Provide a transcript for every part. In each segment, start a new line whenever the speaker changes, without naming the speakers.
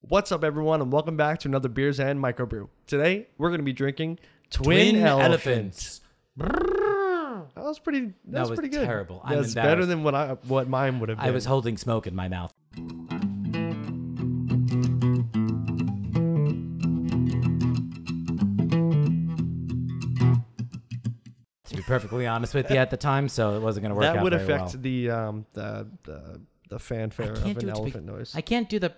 What's up, everyone, and welcome back to another Beers and Microbrew. Today, we're going to be drinking Twin, Elephant. That was pretty. That,
That
was,
was
pretty good.
terrible. I'm
That's better
embarrassed.
than what I what mine would have been.
I was holding smoke in my mouth. To be perfectly honest with you, at the time, so it wasn't going to work
that
out
would
very
affect
well.
the um the the, the fanfare of an
can't do it to be-
elephant noise.
I can't do the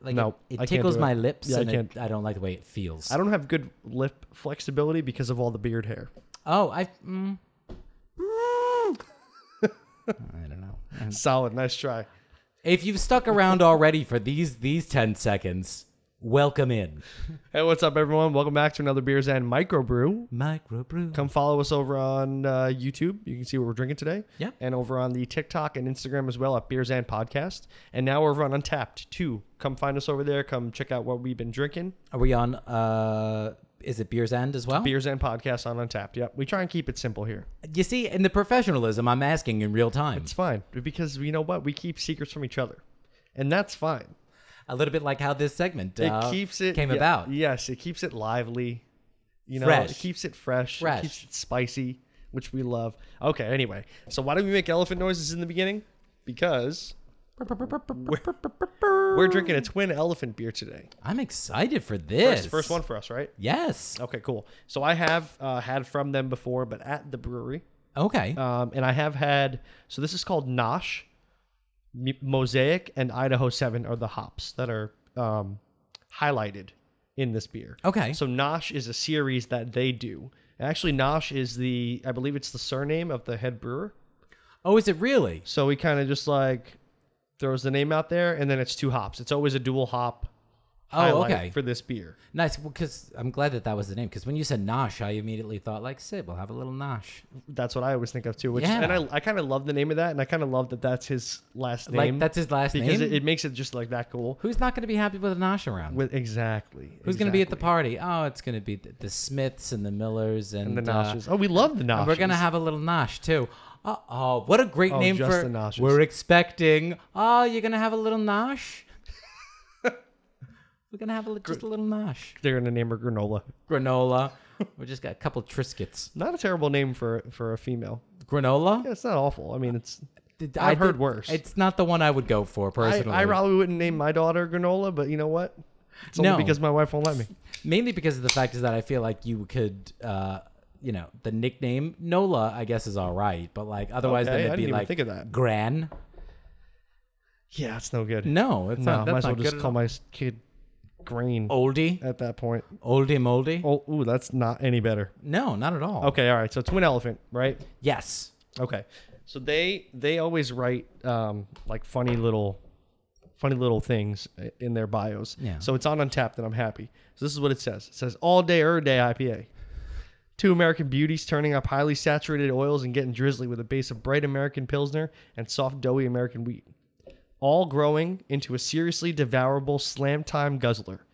like
No, I
it,
can't
it tickles
do it.
my lips
Yeah, I
and I,
can't.
It, I don't like the way it feels.
I don't have good lip flexibility because of all the beard hair.
oh, I mm. I don't know.
Solid, nice try.
If you've stuck around already for these these 10 seconds, welcome in.
Hey, what's up, everyone? Welcome back to another Beers and Microbrew.
Microbrew.
Come follow us over on uh, YouTube. You can see what we're drinking today.
Yep.
And over on the TikTok and Instagram as well at Beers and Podcast. And now we're over on Untapped too. Come find us over there. Come check out what we've been drinking.
Are we on uh is it Beer's End as well?
Beers and Podcast on Untapped. Yep. We try and keep it simple here.
You see, in the professionalism I'm asking in real time.
It's fine because you know what? We keep secrets from each other, and that's fine.
A little bit like how this segment
It
uh,
keeps it
came
yeah,
about.
Yes, it keeps it lively. You know, it
Fresh.
keeps it fresh. It
Fresh.
keeps it spicy, which we love. Okay. Anyway, so why do we make elephant noises in the beginning? Because we're drinking a twin elephant beer today.
I'm excited for this.
First, first one for us, right?
Yes.
Okay, cool. So I have uh, had from them before, but at the brewery,
Okay.
um, and I have had. So this is called Nosh, M- Mosaic, and Idaho Seven are the hops that are um, highlighted in this beer.
Okay.
So Nosh is a series that they do. Actually, Nosh is the I believe it's the surname of the head brewer.
oh, is it really?
So he kind of just like throws the name out there, and then it's two hops. It's always a dual hop.
Oh,
highlight
okay.
For this beer.
Nice. Because I'm glad that that was the name. Because when you said Nosh, I immediately thought like Sid, we'll have a little Nosh.
That's what I always think of too. Which
Yeah.
and I, I kind of love the name of that, and I kind of love that that's his last name.
Like that's his last
because
name.
It, it makes it just like that cool.
Who's not going to be happy with a Nosh around?
With exactly.
Who's going to be at the party? Oh, it's going to be the, the Smiths and the Millers and,
the
uh,
noshes? oh, we love the noshes.
We're gonna have a little nosh too. Uh oh, what a great
Oh,
name
just
for
the noshes.
we're expecting. Oh, you're gonna have a little nosh. we're gonna have a, li- just a little nosh.
They're gonna name her granola.
Granola. we just got a couple triscuits.
Not a terrible name for for a female.
Granola.
Yeah, it's not awful. I mean, it's.
Did-
I've heard
did-
worse.
It's not the one I would go for
I,
personally.
I probably wouldn't name my daughter granola, but you know what? It's only
No.
because my wife won't let me.
Mainly because of the fact is that I feel like you could, uh, you know, the nickname Nola, I guess, is all right, but like otherwise,
Okay, I
then it'd
didn't
be
even
like
think of that.
Gran.
Yeah, it's no good.
No, it's
no,
not. That's
might as well
not
just
good at
call
all. Oh.
my s- kid Green
oldie,
at that point.
oldie, moldy.
Oh, ooh, that's not any better.
No, not at all.
Okay, all right. So Twin Elephant, right?
Yes.
Okay. So they they always write um, like funny little funny little things i- in their bios.
Yeah.
So it's on Untapped, and I'm happy. So this is what it says. It says all day er day IPA. Two American beauties turning up highly saturated oils and getting drizzly with a base of bright American pilsner and soft doughy American wheat. All growing into a seriously devourable slam time guzzler.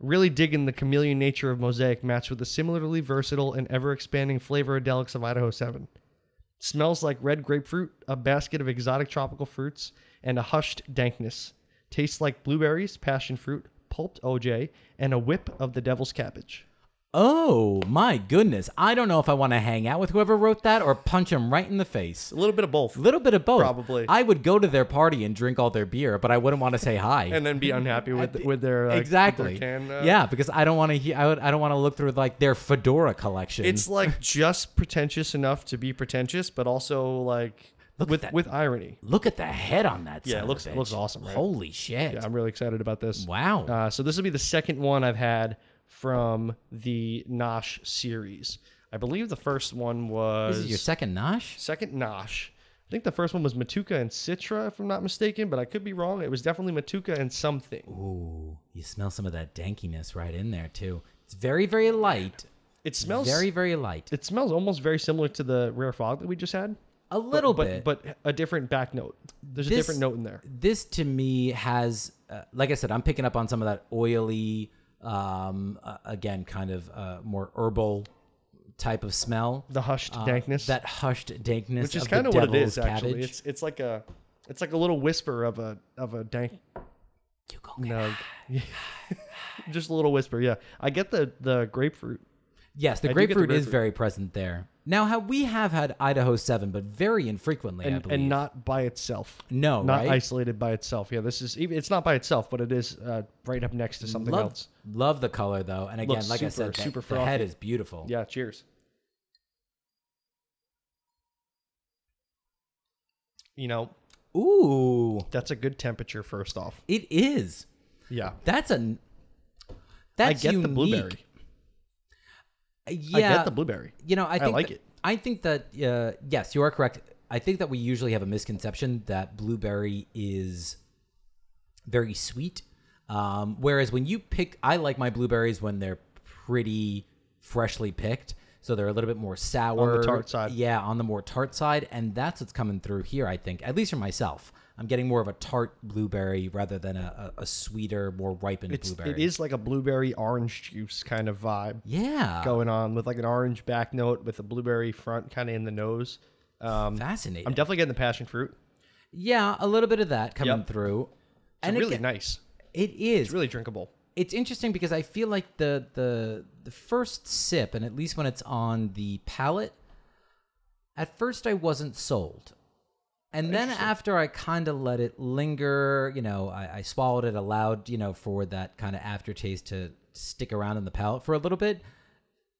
Really digging the chameleon nature of Mosaic matched with the similarly versatile and ever expanding flavorodelics of Idaho 7 smells like red grapefruit, a basket of exotic tropical fruits, and a hushed dankness. Tastes like blueberries, passion fruit, pulped OJ, and a whip of the devil's cabbage.
Oh my goodness. I don't know if I want to hang out with whoever wrote that or punch him right in the face.
A little bit of both.
A little bit of both.
Probably.
I would go to their party and drink all their beer, but I wouldn't want to say hi.
And then be unhappy with with their uh, with
exactly.
their can, uh,
yeah, because I don't want to. He- I, would, I don't want to look through like their fedora collection.
It's like just pretentious enough to be pretentious, but also like
Look at
with
that.
with irony.
look at the head on that.
Yeah,
son
it
of a
looks it
bitch.
looks awesome. Right?
Holy shit!
Yeah, I'm really excited about this.
Wow.
Uh, so this will be the second one I've had from the Nosh series. I believe the first one was
this is your second nosh.
Second Nosh. I think the first one was Matuka and Citra, if I'm not mistaken, but I could be wrong. It was definitely Matuka and something.
Ooh, you smell some of that dankiness right in there too. It's very, very light.
It smells
very, very light.
It smells almost very similar to the rare fog that we just had.
A little
but,
bit,
but a different back note. There's a
This-
different note in there.
this to me has uh, like i said i'm picking up on some of that oily um uh, again kind of uh, more herbal type of smell
The hushed
Uh,
dankness,
that hushed dankness
which is
kind of the
what it
devil's
is. Actually,
cabbage.
it's it's like a it's like a little whisper of a of a dank.
you gonna
No. Just a little whisper, yeah. I get the the grapefruit.
Yes,
do get
the
the
grapefruit, is
grapefruit.
very present there. Now, how we have had Idaho Seven, but very infrequently, I
and,
believe.
and not by itself.
No,
not
right?
isolated by itself. Yeah, this is even it's not by itself, but it is uh, right up next to something
love,
else.
love the color though, and again,
Looks
like I
super,
said, that-
super
the head
frothy.
is beautiful.
Yeah, cheers. You know,
Ooh,
that's a good temperature first off.
it is.
Yeah.
That's a. That's
I get the
unique.
blueberry.
Yeah,
I get the blueberry.
You know, I think
like
that-
it.
I think that uh, yes, you are correct. I think that we usually have a misconception that blueberry is very sweet, um, whereas when you pick, I like my blueberries when they're pretty freshly picked, so they're a little bit more sour
tart side.
Yeah, on the more tart side, and that's what's coming through here. I think, at least for myself, I'm getting more of a tart blueberry rather than a, a, a sweeter, more ripened
It's,
blueberry.
it is like a blueberry orange juice kind of vibe
yeah,
going on with like an orange back note with a blueberry front kind of in the nose. Um,
fascinating.
I'm definitely getting the passion fruit.
Yeah, a little bit of that coming
Yep.
through.
It's
and
really
again,
nice.
it is. It's,
It's really drinkable.
interesting because I feel like the the the first sip, and at least when it's on the palate, at first I wasn't sold. And then after I kind of let it linger, you know, I, I swallowed it, allowed, you know, for that kind of aftertaste to stick around in the palate for a little bit.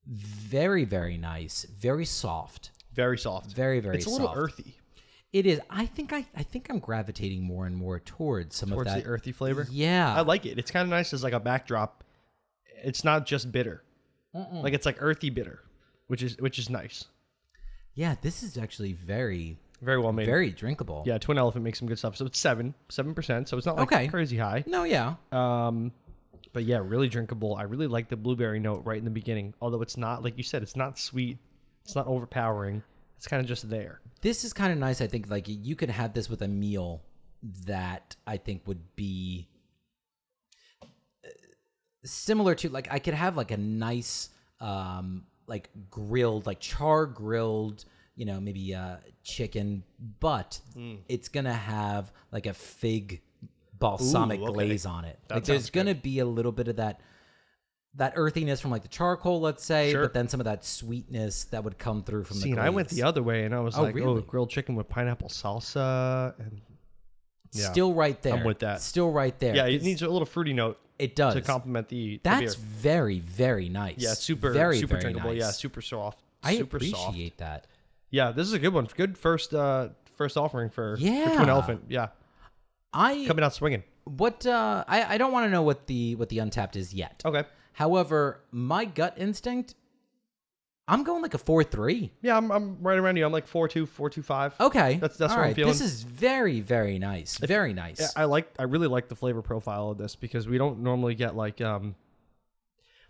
Very, very nice. Very soft.
Very soft.
Very, very
it's a little
soft.
earthy.
It is. I think I, I think I'm gravitating more and more towards some
towards
of that
the earthy flavor.
Yeah.
I like it. It's kind of nice as like a backdrop. It's not just bitter. Like it's like earthy bitter, which is which is nice.
Yeah, this is actually very,
Very well made.
very drinkable.
yeah, Twin Elephant makes some good stuff. So it's seven, seven percent. So it's not like
Okay.
crazy high.
No, yeah.
Um, but yeah, really drinkable. I really like the blueberry note right in the beginning. Although it's not like you said, it's not sweet. It's not overpowering. It's kind of just there.
This is kind of nice. I think like you could have this with a meal that I think would be uh, similar to like I could have like a nice um like grilled like char grilled you know maybe uh chicken but
Hmm.
it's gonna have like a fig balsamic
Ooh, okay.
glaze on it
That
like there's
sounds
gonna be a little bit of that that earthiness from like the charcoal, let's say,
Sure.
but then some of that sweetness that was come through from
See,
the.
and I went
glaze.
the other way, and I was
Oh,
like, oh,
really?
grilled chicken with pineapple salsa, and Yeah.
Still right there.
with that.
Still right there.
yeah, it
It's-
needs a little fruity note
It does.
to complement the. the beer.
That's very very nice.
Yeah, it's super
very
super
very
drinkable. Yeah,
nice.
super soft.
I
super
appreciate
soft.
that.
Yeah, this is a good one. Good first uh first offering for, for
Yeah.
Twin Elephant. Yeah,
I
coming out swinging.
what uh, I I don't want to know what the what the untapped is yet.
Okay.
However, my gut instinct, I'm going like a four three.
Yeah, I'm, I'm right around you. I'm like four two, four two five.
Okay,
That's- that's
All
what I'm
right, This
feeling.
is very very nice. very nice.
Yeah, I like. I really like the flavor profile of this because we don't normally get like um.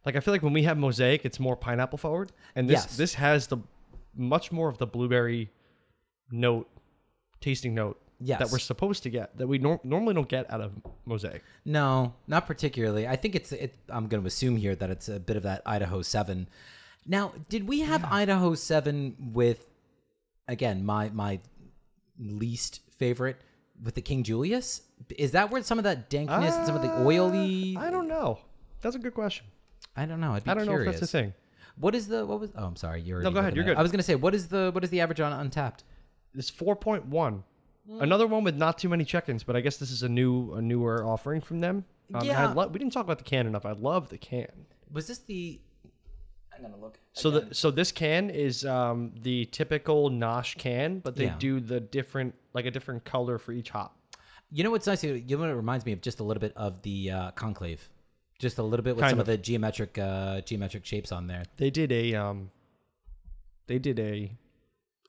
Like I feel like when we have mosaic, it's more pineapple forward, and this
Yes.
this has the much more of the blueberry note, tasting note that
Yes.
we're supposed to get that we nor- normally don't get out of mosaic.
No, not particularly. I think it's. It, I'm going to assume here that it's a bit of that Idaho Seven. Now, did we have Idaho Seven with, again, my my least favorite with the King Julius? Is that where some of that dankness and some of the oily?
Uh, I don't know. That's a good question.
I don't know. I'd be
I don't
curious.
know if that's a thing.
What is the what was? Oh, I'm sorry. You're
go ahead, you're good.
I was going to say what is the what is the average on Untapped?
It's four point one. Another one with not too many check-ins, but I guess this is a new, a newer offering from them. Um, and I
Yeah.
lo- we didn't talk about the can enough. I love the can.
Was this the? I'm gonna look.
So the so this can is um, the typical Nosh can, but they
Yeah.
do the different like a different color for each hop.
You know what's nice? You know what it reminds me of? Just a little bit of the uh, conclave, just a little bit with
Kind
some of.
of.
the geometric uh, geometric shapes on there
They did a um, they did a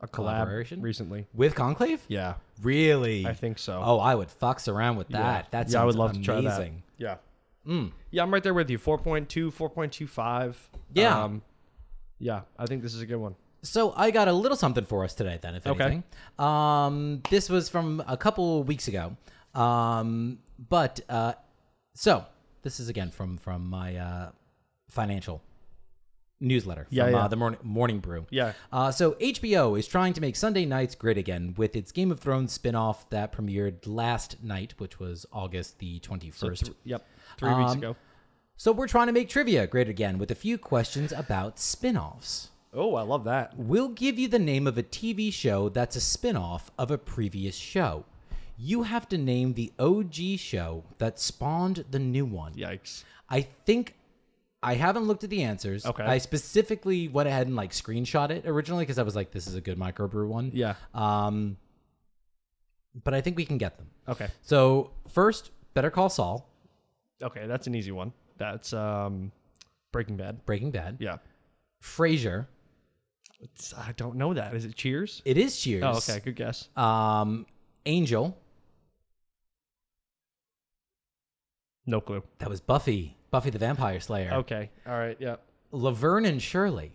a collab
Collaboration?
recently.
with conclave.
Yeah,
Really?
I think so.
Oh, I would fox around with that.
Yeah.
That's
yeah, I would love
amazing. Mm.
to try that. Yeah. Yeah, I'm right there with you. 4.2, 4.25.
Yeah.
Um, yeah, I think this is a good one.
So I got a little something for us today, then, if
Okay.
anything. Um, this was from a couple weeks ago, um, but uh, so this is again from from my uh, financial newsletter from
Yeah, yeah.
Uh, the morning, morning Brew.
Yeah.
Uh, so HBO is trying to make Sunday nights great again with its Game of Thrones spin-off that premiered last night, which was August the 21st. So,
Th- yep. Three weeks
Um,
ago.
we're trying to make trivia great again with a few questions about spin-offs.
Oh, I love that.
We'll give you the name of a TV show that's a spin-off of a previous show. You have to name the OG show that spawned the new one.
Yikes.
I think I haven't looked at the answers.
Okay.
I specifically went ahead and like screenshot it originally because I was like, this is a good microbrew one.
Yeah.
Um, but I think we can get them.
Okay.
So first, Better Call Saul,
Okay, that's an easy one. That's um, Breaking Bad.
Breaking Bad,
Yeah.
Frasier.
It's, I don't know that. Is it Cheers?
It is Cheers.
Oh, okay. Good guess.
Um, Angel.
No clue.
That was Buffy. Buffy the Vampire Slayer.
Okay. All right. Yeah.
Laverne and Shirley.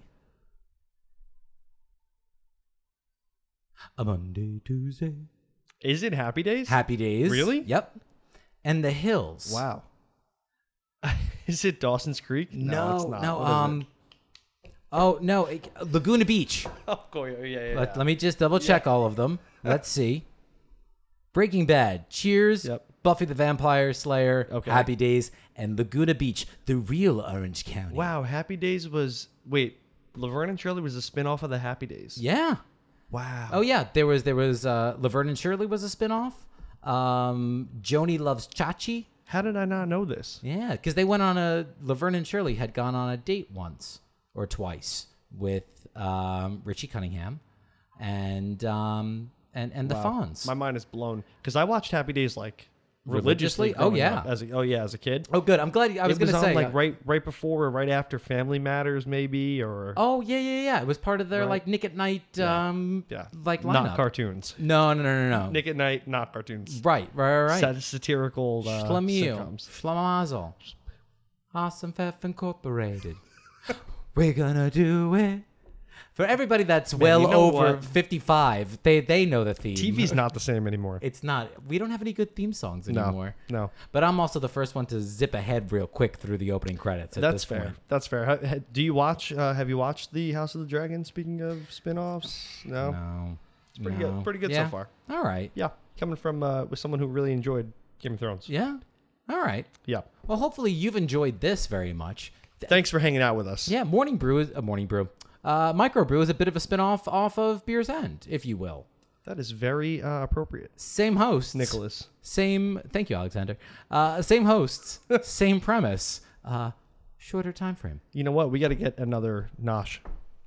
A Monday, Tuesday.
Is it Happy Days?
Happy Days.
Really?
Yep. And The Hills.
wow. is it Dawson's Creek?
No,
it's not.
no.
What is it?
Um. Oh no, it, Laguna Beach.
Oh, cool. Yeah, yeah, yeah.
Let, let me just double check all of them. Let's see. Breaking Bad, Cheers,
Yep.
Buffy the Vampire Slayer,
Okay.
Happy Days, and Laguna Beach, the real Orange County.
Wow, Happy Days was wait, Laverne and Shirley was a spin-off of the Happy Days.
Yeah.
Wow.
Oh yeah. There was there was uh, Laverne and Shirley was a spinoff. Um, Joni loves Chachi.
How did I not know this?
Yeah, because they went on a Laverne and Shirley had gone on a date once or twice with um, Richie Cunningham and um, and and the Fonz.
My mind is blown cuz I watched Happy Days like religiously.
Religiously? Oh,
growing
yeah.
up as a, oh yeah, as a kid.
oh, good. I'm glad. I was,
it was
gonna
on
say uh,
like right right before or right after Family Matters maybe or
Oh yeah, yeah, yeah. It was part of their like Nick at Night, um,
yeah.
like lineup.
not cartoons.
no, no, no, no, no.
Nick at Night, not cartoons.
Right, right, right. right.
Sat- satirical uh,
Schlemiel,
sitcoms.
Schlemazel, Awesome Pfeff Incorporated. We're gonna do it for everybody that's well
you know
over
what?
fifty-five. They they know the theme.
TV's not the same anymore.
It's not. We don't have any good theme songs
no.
anymore.
No.
But I'm also the first one to zip ahead real quick through the opening credits. At
That's
this point.
fair. That's fair. Ha- ha- Do you watch? Uh, have you watched the House of the Dragon? Speaking of spin-offs, no.
No, it's
pretty good- pretty good so far.
All right.
Yeah, coming from uh, with someone who really enjoyed Game of Thrones.
Yeah. All right.
Yeah.
Well, hopefully you've enjoyed this very much. Th-
Thanks for hanging out with us.
Yeah, Morning Brew is a Morning Brew. Uh, Microbrew is a bit of a spin-off off of Beer's End, if you will.
That is very uh, appropriate,
Same hosts.
Nicholas.
Same. Thank you, Alexander. Uh, same hosts. same premise. Uh, shorter time frame.
You know what? We got to get another nosh.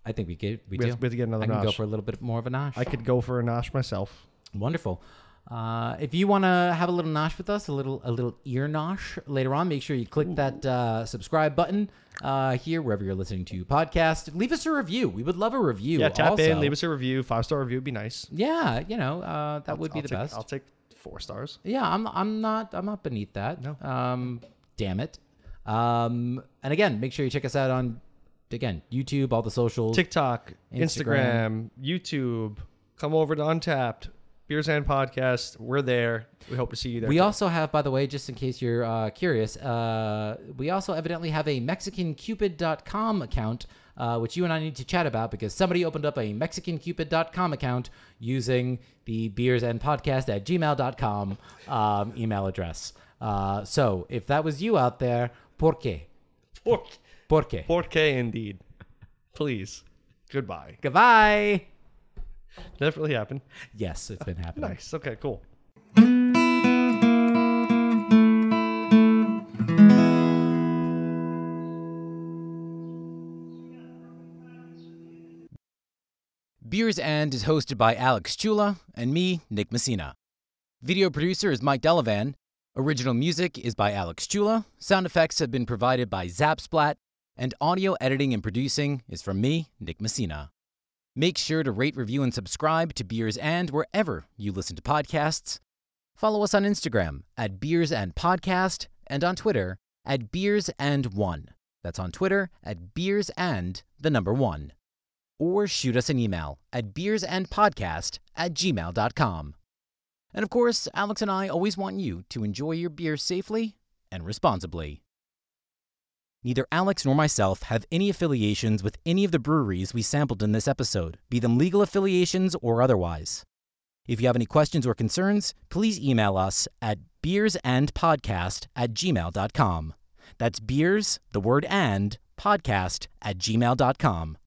I think we get we,
We
do.
have- we have to get another
I can go
nosh.
for a little bit more of a nosh.
I could go for a nosh myself.
Wonderful. Uh, if you want to have a little nosh with us, a little a little ear nosh later on, make sure you click that uh, subscribe button uh, here wherever you're listening to podcast. Leave us a review. We would love a review.
Yeah, tap
also.
in, leave us a review. Five star review would be nice.
Yeah, you know uh, that would be
I'll
the
take,
best.
I'll take four stars.
Yeah, I'm I'm not I'm not beneath that.
No.
Um, damn it. Um, and again, make sure you check us out on again YouTube, all the socials.
TikTok, Instagram,
Instagram.
YouTube. Come over to Untapped Beers and Podcast. We're there. We hope to see you there.
We also have, by the way, just in case you're uh, curious, uh, we also evidently have a MexicanCupid.com account, uh, which you and I need to chat about because somebody opened up a MexicanCupid.com account using the beers and podcast at gmail.com um, email address. Uh, so if that was you out there, por qué?
Pork,
Por qué?
pork indeed. Please. Goodbye.
Goodbye.
That really happened.
Yes, it's been happening.
Nice. Okay, cool.
Beers and is hosted by Alex Chula and me, Nick Messina. Video producer is Mike Delavan. Original music is by Alex Chula. Sound effects have been provided by Zapsplat. And audio editing and producing is from me, Nick Messina. Make sure to rate, review, and subscribe to Beers and wherever you listen to podcasts. Follow us on Instagram at Beers and Podcast and on Twitter at Beers and One. That's on Twitter at Beers and the number one or shoot us an email at beersandpodcast at gmail.com. And of course, Alex and I always want you to enjoy your beer safely and responsibly. Neither Alex nor myself have any affiliations with any of the breweries we sampled in this episode, be them legal affiliations or otherwise. If you have any questions or concerns, please email us at beersandpodcast at gmail.com. That's beers, the word and, podcast at gmail.com.